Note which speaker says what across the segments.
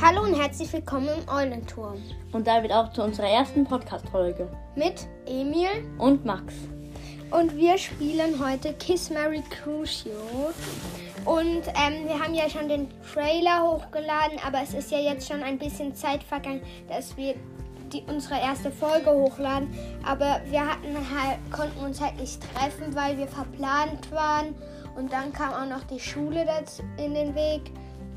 Speaker 1: Hallo und herzlich willkommen im Eulenturm
Speaker 2: Und damit auch zu unserer ersten Podcast-Folge.
Speaker 1: mit Emil
Speaker 2: Und Max.
Speaker 1: und wir spielen heute Kiss Mary Crucio. Und ähm, wir haben ja schon den Trailer hochgeladen, aber es ist ja jetzt schon ein bisschen Zeit vergangen, dass wir die, unsere erste Folge hochladen. Aber wir hatten halt, konnten uns halt nicht treffen, weil wir verplant waren. Und dann kam auch noch die Schule dazu, in den Weg.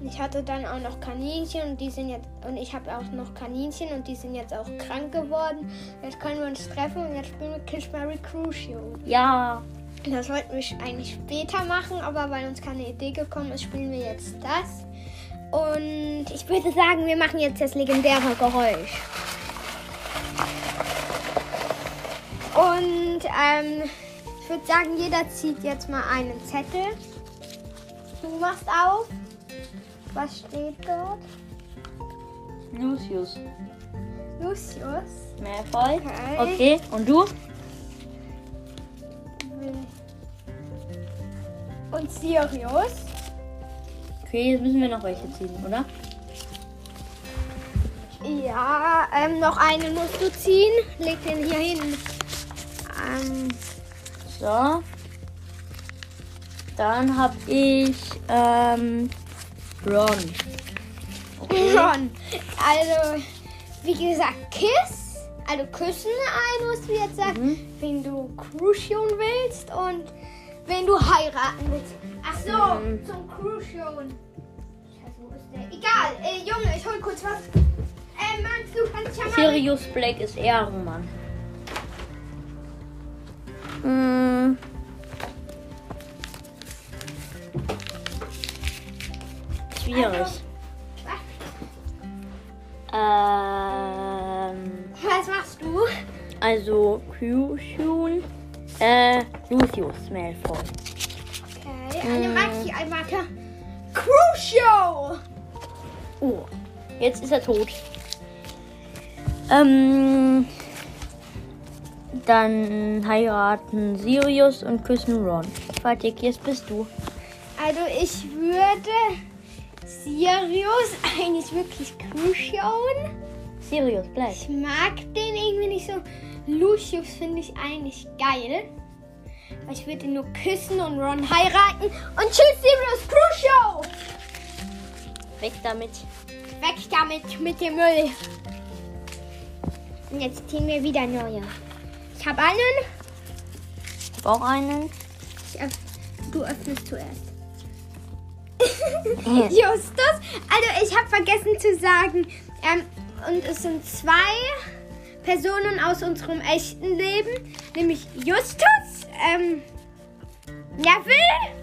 Speaker 1: Ich hatte dann auch noch Kaninchen und die sind jetzt und ich habe auch noch Kaninchen und die sind jetzt auch krank geworden. Jetzt können wir uns treffen und jetzt spielen wir Kiss Mary Crucio.
Speaker 2: Ja.
Speaker 1: Das wollten wir eigentlich später machen, aber weil uns keine Idee gekommen ist, spielen wir jetzt das. Und ich würde sagen, wir machen jetzt das legendäre Geräusch. Und ähm, ich würde sagen, jeder zieht jetzt mal einen Zettel. Du machst auf. Was steht dort?
Speaker 2: Lucius.
Speaker 1: Lucius.
Speaker 2: Malfoy.
Speaker 1: Okay.
Speaker 2: Okay. Und du?
Speaker 1: Und Sirius.
Speaker 2: Okay, jetzt müssen wir noch welche ziehen, oder?
Speaker 1: Ja, ähm, noch einen musst du ziehen. Leg den hier hin. Ähm,
Speaker 2: So. Dann hab ich ähm, Ron.
Speaker 1: Ron. Also, wie gesagt, Kiss. Also küssen ein, musst du jetzt sagen. Wen du Crucian willst und wen du heiraten willst. Ach so,
Speaker 2: Mhm.
Speaker 1: zum Crucian. Scheiße, wo ist der? Egal, äh, Junge, ich hol kurz was. Äh, Mann, du kannst ja mal...
Speaker 2: Sirius Black ist Ehrenmann. Mm.
Speaker 1: Also,
Speaker 2: Schwierig. Ähm,
Speaker 1: Was machst du?
Speaker 2: also Kyushun, äh, Lucius Malfoy.
Speaker 1: Okay, eine Maxi, ein Marker. Crucial!
Speaker 2: Oh, jetzt ist er tot. Ähm, dann heiraten Sirius und küssen Ron. Fertig, jetzt bist du.
Speaker 1: Also ich würde Sirius eigentlich wirklich Crucial.
Speaker 2: Sirius, bleib.
Speaker 1: Ich mag den irgendwie nicht so. Lucius finde ich eigentlich geil. Aber Ich würde ihn nur küssen und Ron heiraten. Und tschüss, Sirius Crucial!
Speaker 2: Weg damit.
Speaker 1: Weg damit mit dem Müll. Und jetzt ziehen wir wieder neue. Ich habe einen.
Speaker 2: Ich hab auch einen.
Speaker 1: Ich öff du öffnest zuerst. Justus, also ich habe vergessen zu sagen, ähm, und es sind zwei Personen aus unserem echten Leben, nämlich Justus, ähm, Neville.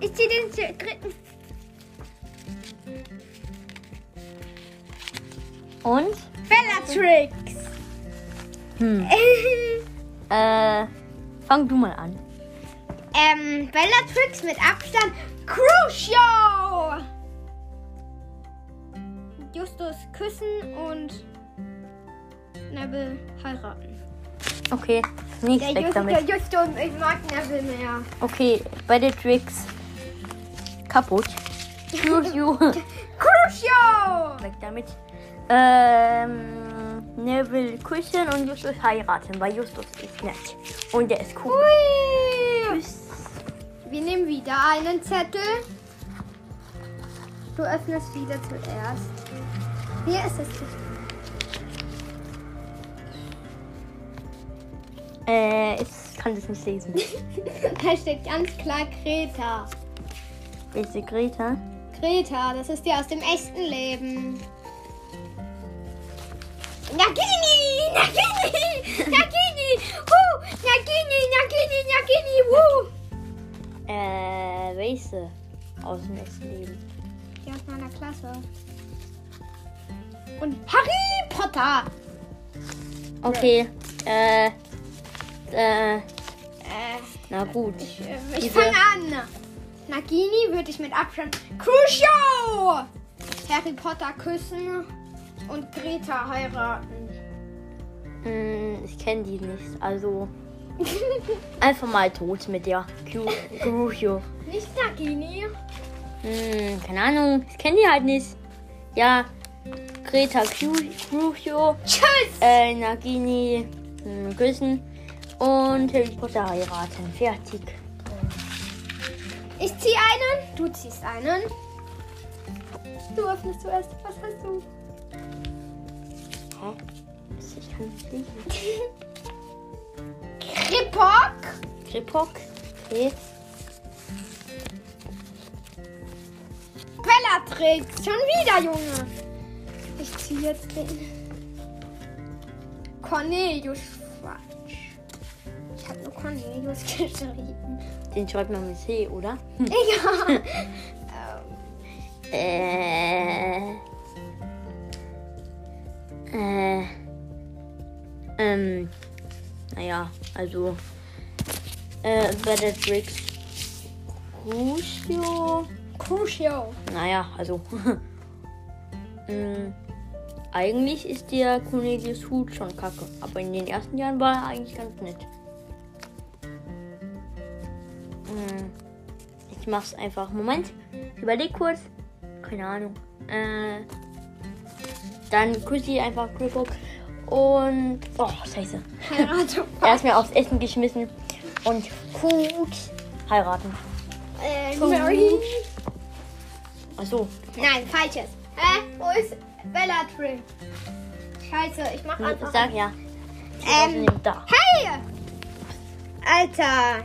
Speaker 1: Ich ziehe den zu- dritten.
Speaker 2: Und?
Speaker 1: Bellatrix.
Speaker 2: Hm. Äh, fang du mal an.
Speaker 1: ähm, Bellatrix mit Abstand. Crucio! Justus küssen und Neville heiraten.
Speaker 2: Okay,
Speaker 1: Der
Speaker 2: nichts weg
Speaker 1: Justus, der
Speaker 2: damit.
Speaker 1: Justus, ich mag Neville mehr.
Speaker 2: Okay, bei der Tricks. Kaputt. Kyushu.
Speaker 1: Crucio!
Speaker 2: weg damit. Ähm, Neville küssen und Justus heiraten, weil Justus ist nett. Und der ist cool.
Speaker 1: Hui! Wir nehmen wieder einen Zettel. Du öffnest wieder zuerst. Hier ist es.
Speaker 2: Äh, ich kann das nicht lesen.
Speaker 1: Da steht ganz klar Greta.
Speaker 2: Welche Greta?
Speaker 1: Greta, das ist die aus dem echten Leben. Nagini! Nagini! Nagini! Huh! Nagini! Nagini! Nagini! Huh!
Speaker 2: Äh, welche? Aus dem echten Leben.
Speaker 1: Die aus meiner Klasse. Und Harry Potter.
Speaker 2: Okay, äh, äh,
Speaker 1: Äh,
Speaker 2: na gut.
Speaker 1: ich äh, ich
Speaker 2: Diese-
Speaker 1: fange an. Nagini würde ich mit Abstand. Crucio! Harry Potter küssen und Greta heiraten.
Speaker 2: Hm, ich kenne die nicht, also. Einfach mal tot mit der Q- Crucio.
Speaker 1: Nicht Nagini.
Speaker 2: Hm, keine Ahnung, ich kenne die halt nicht. Ja, Greta Cru- Crucio,
Speaker 1: Tschüss!
Speaker 2: äh, Nagini mh, küssen und Harry Potter heiraten. Fertig.
Speaker 1: Ich ziehe einen, du ziehst einen. Du öffnest zuerst. Was hast du?
Speaker 2: Hä? Ich kann nicht lesen.
Speaker 1: Kripok.
Speaker 2: Krippok. Okay.
Speaker 1: Bellatrix. Schon wieder, Junge. Ich ziehe jetzt den. Cornelius Quatsch. Ich habe nur Cornelius geschrieben.
Speaker 2: Den schreibt man mit C, oder?
Speaker 1: Hm. Ja. ähm,
Speaker 2: Äh. Äh. Ähm. Naja, also. Äh, Bellatrix Crucio.
Speaker 1: Crucio.
Speaker 2: Naja, also. mm, eigentlich ist der Cornelius Hut schon kacke. Aber in den ersten Jahren war er eigentlich ganz nett. Mm, ich mach's einfach. Moment. Ich überleg kurz. Keine Ahnung. Äh, dann küsse ich einfach Gripbock. Und. Oh, scheiße.
Speaker 1: Heirate.
Speaker 2: Er ist mir aufs Essen geschmissen. Und gut. Heiraten.
Speaker 1: äh, Mary.
Speaker 2: Achso.
Speaker 1: Nein, falsches. Hä? Wo ist Bellatrix? Scheiße, ich mach
Speaker 2: Ich
Speaker 1: einfach.
Speaker 2: sag ja.
Speaker 1: Ähm,
Speaker 2: Da.
Speaker 1: Hey! Alter,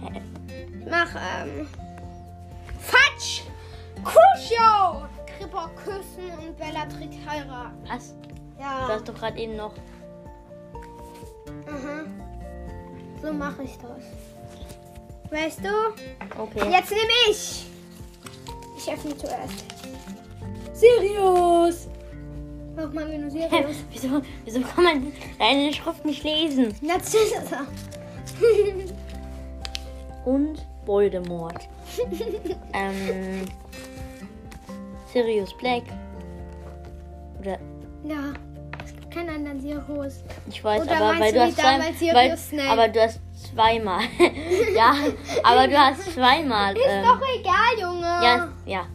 Speaker 2: Hä?
Speaker 1: mach ähm. Fatsch! Crucio! Kripper küssen und Bellatrix heiraten.
Speaker 2: Was? Du
Speaker 1: Ja.
Speaker 2: hast doch gerade eben noch.
Speaker 1: Mhm. So mache ich das. Weißt du?
Speaker 2: Okay.
Speaker 1: Jetzt nehme ich. Ich öffne zuerst. Sirius! Warum haben wir nur
Speaker 2: Hä,
Speaker 1: Sirius?
Speaker 2: wieso, wieso kann man deine Schrift nicht lesen?
Speaker 1: Das ist er.
Speaker 2: Und Voldemort. ähm. Sirius Black. Oder.
Speaker 1: ja, es gibt keinen anderen Sirius.
Speaker 2: Ich weiß,
Speaker 1: Oder
Speaker 2: aber
Speaker 1: meinst
Speaker 2: weil
Speaker 1: du
Speaker 2: du hast
Speaker 1: wie damals
Speaker 2: zwei,
Speaker 1: Sirius
Speaker 2: weil,
Speaker 1: Snape?
Speaker 2: Aber du hast zweimal. ja, aber du hast zweimal.
Speaker 1: Ist
Speaker 2: ähm,
Speaker 1: doch egal, Junge.
Speaker 2: ja, ja.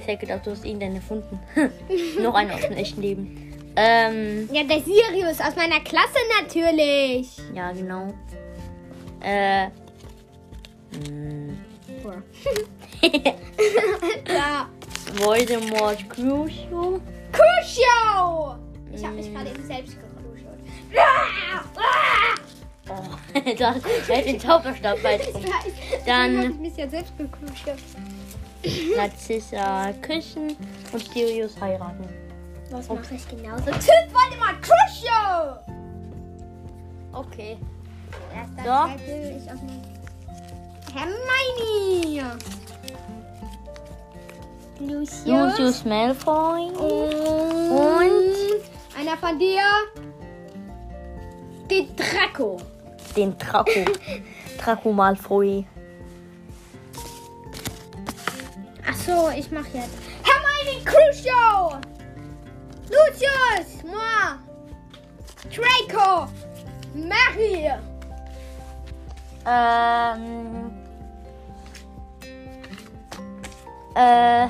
Speaker 2: Ich hätte gedacht, du hast ihn dann erfunden. Noch einen aus dem echten Leben. Ähm.
Speaker 1: Ja, der Sirius aus meiner Klasse natürlich.
Speaker 2: Ja, genau. Äh. mm,
Speaker 1: Ja.
Speaker 2: Voldemort Crucio.
Speaker 1: Crucio! Ich habe mich gerade eben selbst gekruschelt. Ah! Ah!
Speaker 2: Oh, du hast halt den Zauberstab weit
Speaker 1: Ich
Speaker 2: rum.
Speaker 1: weiß.
Speaker 2: Dann-
Speaker 1: habe ich mich ja selbst gekruschelt.
Speaker 2: Narzissa küssen und Sirius heiraten.
Speaker 1: Was mache ich genauso? Typ Voldemort Crucio!
Speaker 2: Okay.
Speaker 1: Erster
Speaker 2: So.
Speaker 1: Zettel, ich halt auf mein- Hermione! Lucius.
Speaker 2: Lucius Malfoy.
Speaker 1: Und einer von dir. Den Draco.
Speaker 2: Den Draco. Draco Malfoy.
Speaker 1: Ach so, ich mach jetzt. Hermione Crucio! Lucius! Moi! Draco! Mary!
Speaker 2: Ähm. Äh,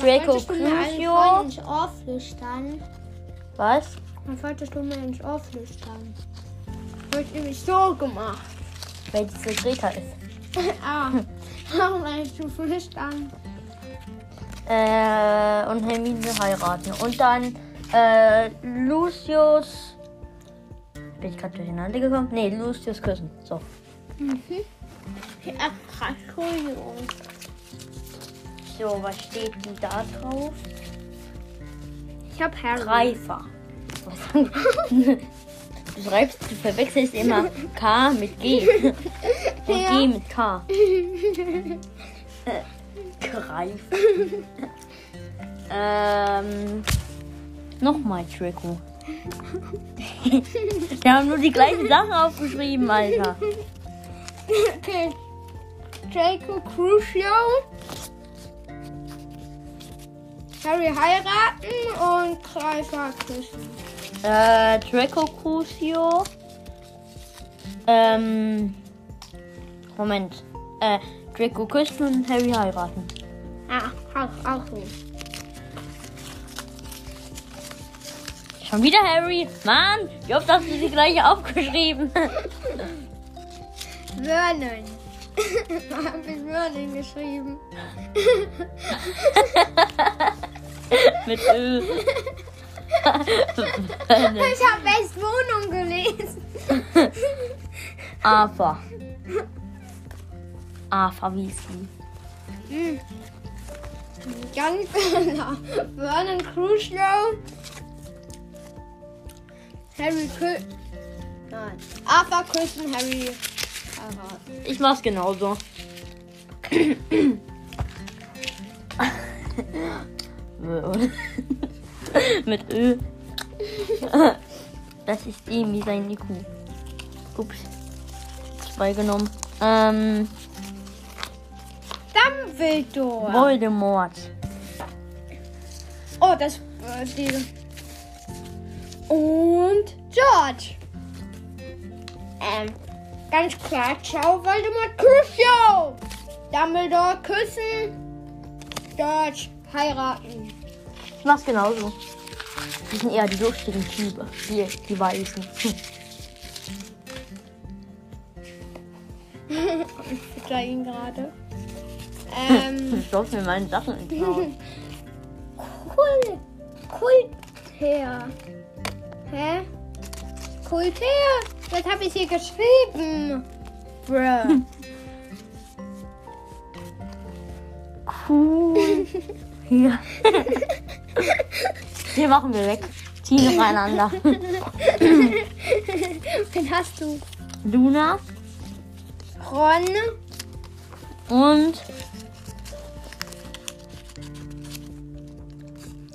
Speaker 2: Draco
Speaker 1: Wolltest du mir einen
Speaker 2: Crucio.
Speaker 1: voll ins Ohr flüstern?
Speaker 2: was?
Speaker 1: Dann wolltest du mir ins Ohr flüstern. Hab ich nämlich so gemacht.
Speaker 2: Weil diese Greta ist.
Speaker 1: ah, warum wolltest du flüstern?
Speaker 2: Äh, und Hermine heiraten. Und dann äh, Lucius. Bin ich gerade durcheinander gekommen? Nee, Lucius küssen. So.
Speaker 1: Mhm. Ja, krass, Entschuldigung.
Speaker 2: So, was steht denn da drauf?
Speaker 1: Ich hab Harry.
Speaker 2: Reifer. Was? du schreibst, du verwechselst immer K mit G. Und
Speaker 1: Ja.
Speaker 2: G mit K. Äh, Reifer. ähm. Nochmal Draco. Wir haben nur die gleichen Sachen aufgeschrieben, Alter.
Speaker 1: Okay. Draco Crucio. Harry heiraten und Greifer küssen.
Speaker 2: Äh, Draco Crucio. Ähm. Moment. Äh, Draco küssen und Harry heiraten.
Speaker 1: Ah, auch, auch so.
Speaker 2: Schon wieder Harry. Mann, ich hoffe, dass du sie gleich aufgeschrieben.
Speaker 1: Vernon. da habe ich Vernon geschrieben.
Speaker 2: Mit Ö.
Speaker 1: Ich habe erst Wohnung gelesen.
Speaker 2: Ava. Ava Weasley.
Speaker 1: Ganz genau. Vernon Crusoe. Harry Kül... Nein. Arthur Coulson, Harry... Harvard.
Speaker 2: Ich mach's genauso. Mit Ö. Das ist ihm wie sein IQ. Ups. Zwei genommen. Ähm,
Speaker 1: Dumbledore.
Speaker 2: Voldemort.
Speaker 1: Oh, das... Äh, diese. Und George. Ähm, ganz klar, ciao, Waldemar, Crucio. Dumbledore küssen. George heiraten.
Speaker 2: Ich mach's genauso. Die sind eher die lustigen Typen. Die, die Weißen. Hm.
Speaker 1: ich fütter ihn gerade. Ähm,
Speaker 2: Ich glaub mir meine Sachen genau. ins Maul.
Speaker 1: Kult. Kultär. Hä? Kultär? Was habe ich hier geschrieben? Bruh.
Speaker 2: Cool. Hier. Hier machen wir weg. Ziehen nacheinander.
Speaker 1: Wen hast du?
Speaker 2: Luna
Speaker 1: Ron.
Speaker 2: und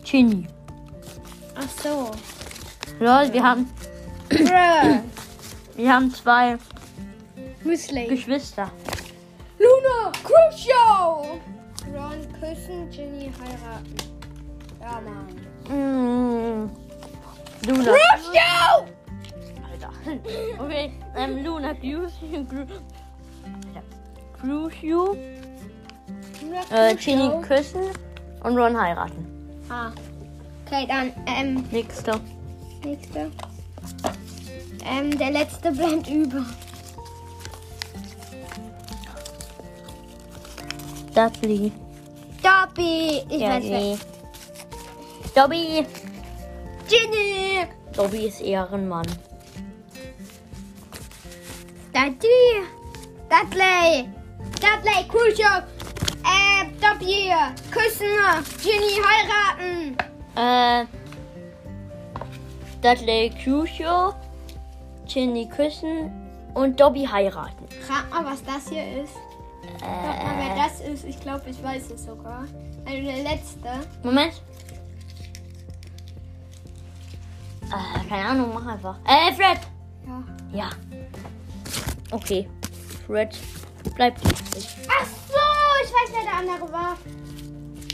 Speaker 2: Ginny.
Speaker 1: Ach so.
Speaker 2: Lol, wir haben,
Speaker 1: Bruh.
Speaker 2: wir haben zwei
Speaker 1: Müsli.
Speaker 2: Geschwister.
Speaker 1: Luna, Crucio! Ron küssen, Ginny heiraten. Ja, Mann.
Speaker 2: Mm. Luna.
Speaker 1: Crucio!
Speaker 2: Alter. Okay, ähm, Luna, Crucio. Cru- Alter. Crucio.
Speaker 1: Luna,
Speaker 2: Äh,
Speaker 1: Crucio.
Speaker 2: Ginny küssen und Ron heiraten.
Speaker 1: Ah. Okay, dann, ähm,
Speaker 2: Nächster.
Speaker 1: nächste. Ähm, der letzte bleibt über.
Speaker 2: Dudley.
Speaker 1: Dobby! Ich weiß
Speaker 2: eh.
Speaker 1: nicht.
Speaker 2: Dobby.
Speaker 1: Ginny!
Speaker 2: Dobby ist Ehrenmann.
Speaker 1: Dudley! Dudley! Dudley, Crucio! Äh, Dobby! Küssen! Ginny heiraten!
Speaker 2: Äh, Dudley Crucio, Ginny küssen und Dobby heiraten.
Speaker 1: Rat mal, was das hier ist. Rat mal,
Speaker 2: Äh.
Speaker 1: wer das ist. Ich glaube, ich weiß es sogar. Also der letzte.
Speaker 2: Moment. Äh, keine Ahnung, mach einfach. Äh, Fred!
Speaker 1: Ja.
Speaker 2: Ja. Okay. Fred bleibt übrig.
Speaker 1: Ach so, ich weiß, wer der andere war.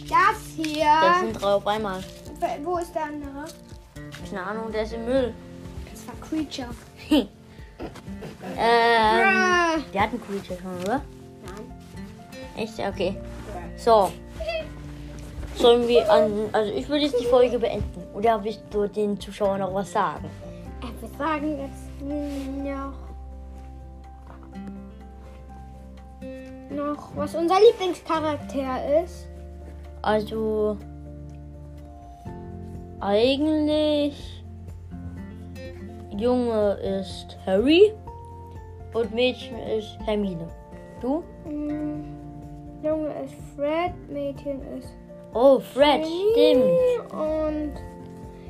Speaker 1: Das
Speaker 2: Das
Speaker 1: hier.
Speaker 2: sind drei auf einmal.
Speaker 1: Wel- Wo ist der andere?
Speaker 2: Keine Ahnung, der ist im Müll.
Speaker 1: Das war Creature.
Speaker 2: ähm,
Speaker 1: Brr.
Speaker 2: der hat einen Creature schon, oder?
Speaker 1: Nein.
Speaker 2: Echt? Okay.
Speaker 1: Brr.
Speaker 2: So. Sollen wir an. Also, ich würde jetzt die Folge beenden. Oder willst du den Zuschauern noch was sagen?
Speaker 1: Äh, wir sagen jetzt noch. Noch, was unser Lieblingscharakter ist.
Speaker 2: Also. Eigentlich. Junge ist Harry. Und Mädchen ist Hermine. Du?
Speaker 1: Mm, Junge ist Fred, Mädchen ist
Speaker 2: Oh, Fred, stimmt.
Speaker 1: Und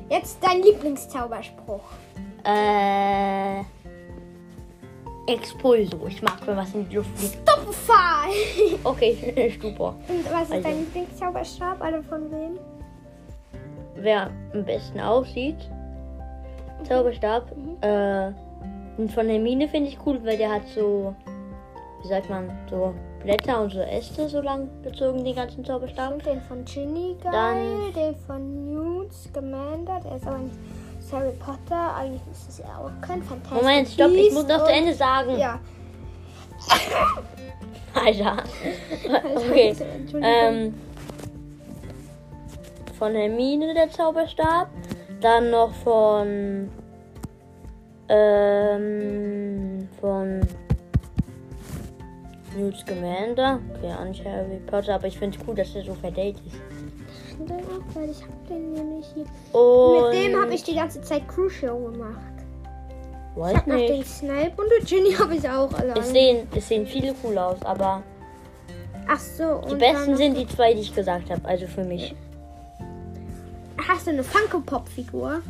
Speaker 1: jetzt dein Lieblingszauberspruch.
Speaker 2: Äh. Expulso. Ich mag, wenn was in die Luft fliegt.
Speaker 1: Doppelfall!
Speaker 2: Okay, super.
Speaker 1: Und was ist
Speaker 2: Also.
Speaker 1: dein Lieblingszauberstab? Alle von wem?
Speaker 2: wer am besten aussieht. Zauberstab.
Speaker 1: Mhm.
Speaker 2: Äh, und von Hermine finde ich cool, weil der hat so, wie sagt man, so Blätter und so Äste so lang gezogen, den ganzen Zauberstab.
Speaker 1: Und den von Ginny geil,
Speaker 2: Dann-
Speaker 1: den von Newt Scamander, der ist aber nicht ist Harry Potter, eigentlich ist es ja auch kein Fantastic
Speaker 2: Moment, stopp, ich
Speaker 1: Beast
Speaker 2: muss noch
Speaker 1: und-
Speaker 2: zu Ende sagen.
Speaker 1: Ja,
Speaker 2: Alter. Okay.
Speaker 1: Also, Entschuldigung.
Speaker 2: Ähm, von Hermine der Zauberstab. Dann noch von. Ähm. Von. Newt Scamander. Okay, auch nicht Harry Potter, aber ich finde es cool, dass er so verdate ist.
Speaker 1: Und dann auch, weil ich hab den nämlich hier.
Speaker 2: Und
Speaker 1: Mit dem habe ich die ganze Zeit Crucial gemacht. Ich
Speaker 2: Weiß
Speaker 1: hab noch den
Speaker 2: nicht.
Speaker 1: Snape und den Ginny habe ich auch allein.
Speaker 2: Es sehen, es sehen viele cool aus, aber
Speaker 1: Ach so.
Speaker 2: die
Speaker 1: und
Speaker 2: besten
Speaker 1: dann-
Speaker 2: sind die zwei, die ich gesagt habe. Also für mich
Speaker 1: Hast du eine Funko Pop Figur?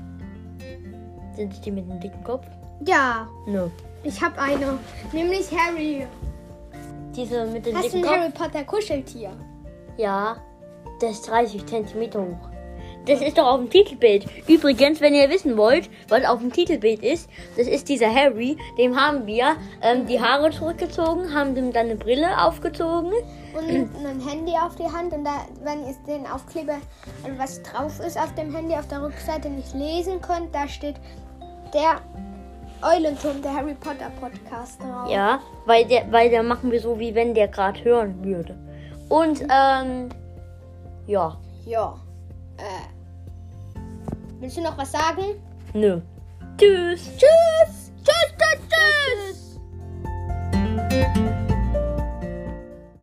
Speaker 2: sind es die mit dem dicken Kopf.
Speaker 1: Ja,
Speaker 2: Nö.
Speaker 1: ich habe eine, nämlich Harry.
Speaker 2: Diese mit dem
Speaker 1: Hast du
Speaker 2: dicken
Speaker 1: ein
Speaker 2: Kopf.
Speaker 1: Harry Potter Kuscheltier?
Speaker 2: Ja, der ist 30 cm hoch. Das ist doch auf dem Titelbild. Übrigens, wenn ihr wissen wollt, was auf dem Titelbild ist, das ist dieser Harry. Dem haben wir ähm, die Haare zurückgezogen, haben dem dann eine Brille aufgezogen.
Speaker 1: Und ein Handy auf die Hand und da, wenn ihr den Aufkleber, also was drauf ist auf dem Handy, auf der Rückseite nicht lesen könnt, da steht der Eulenturm, der Harry Potter Podcast drauf.
Speaker 2: Ja, weil der, weil der machen wir so, wie wenn der gerade hören würde. Und ähm, ja,
Speaker 1: Ja. Äh, willst du noch was sagen?
Speaker 2: nö. Tschüss. Tschüss. Tschüss. Tschüss. Tschüss.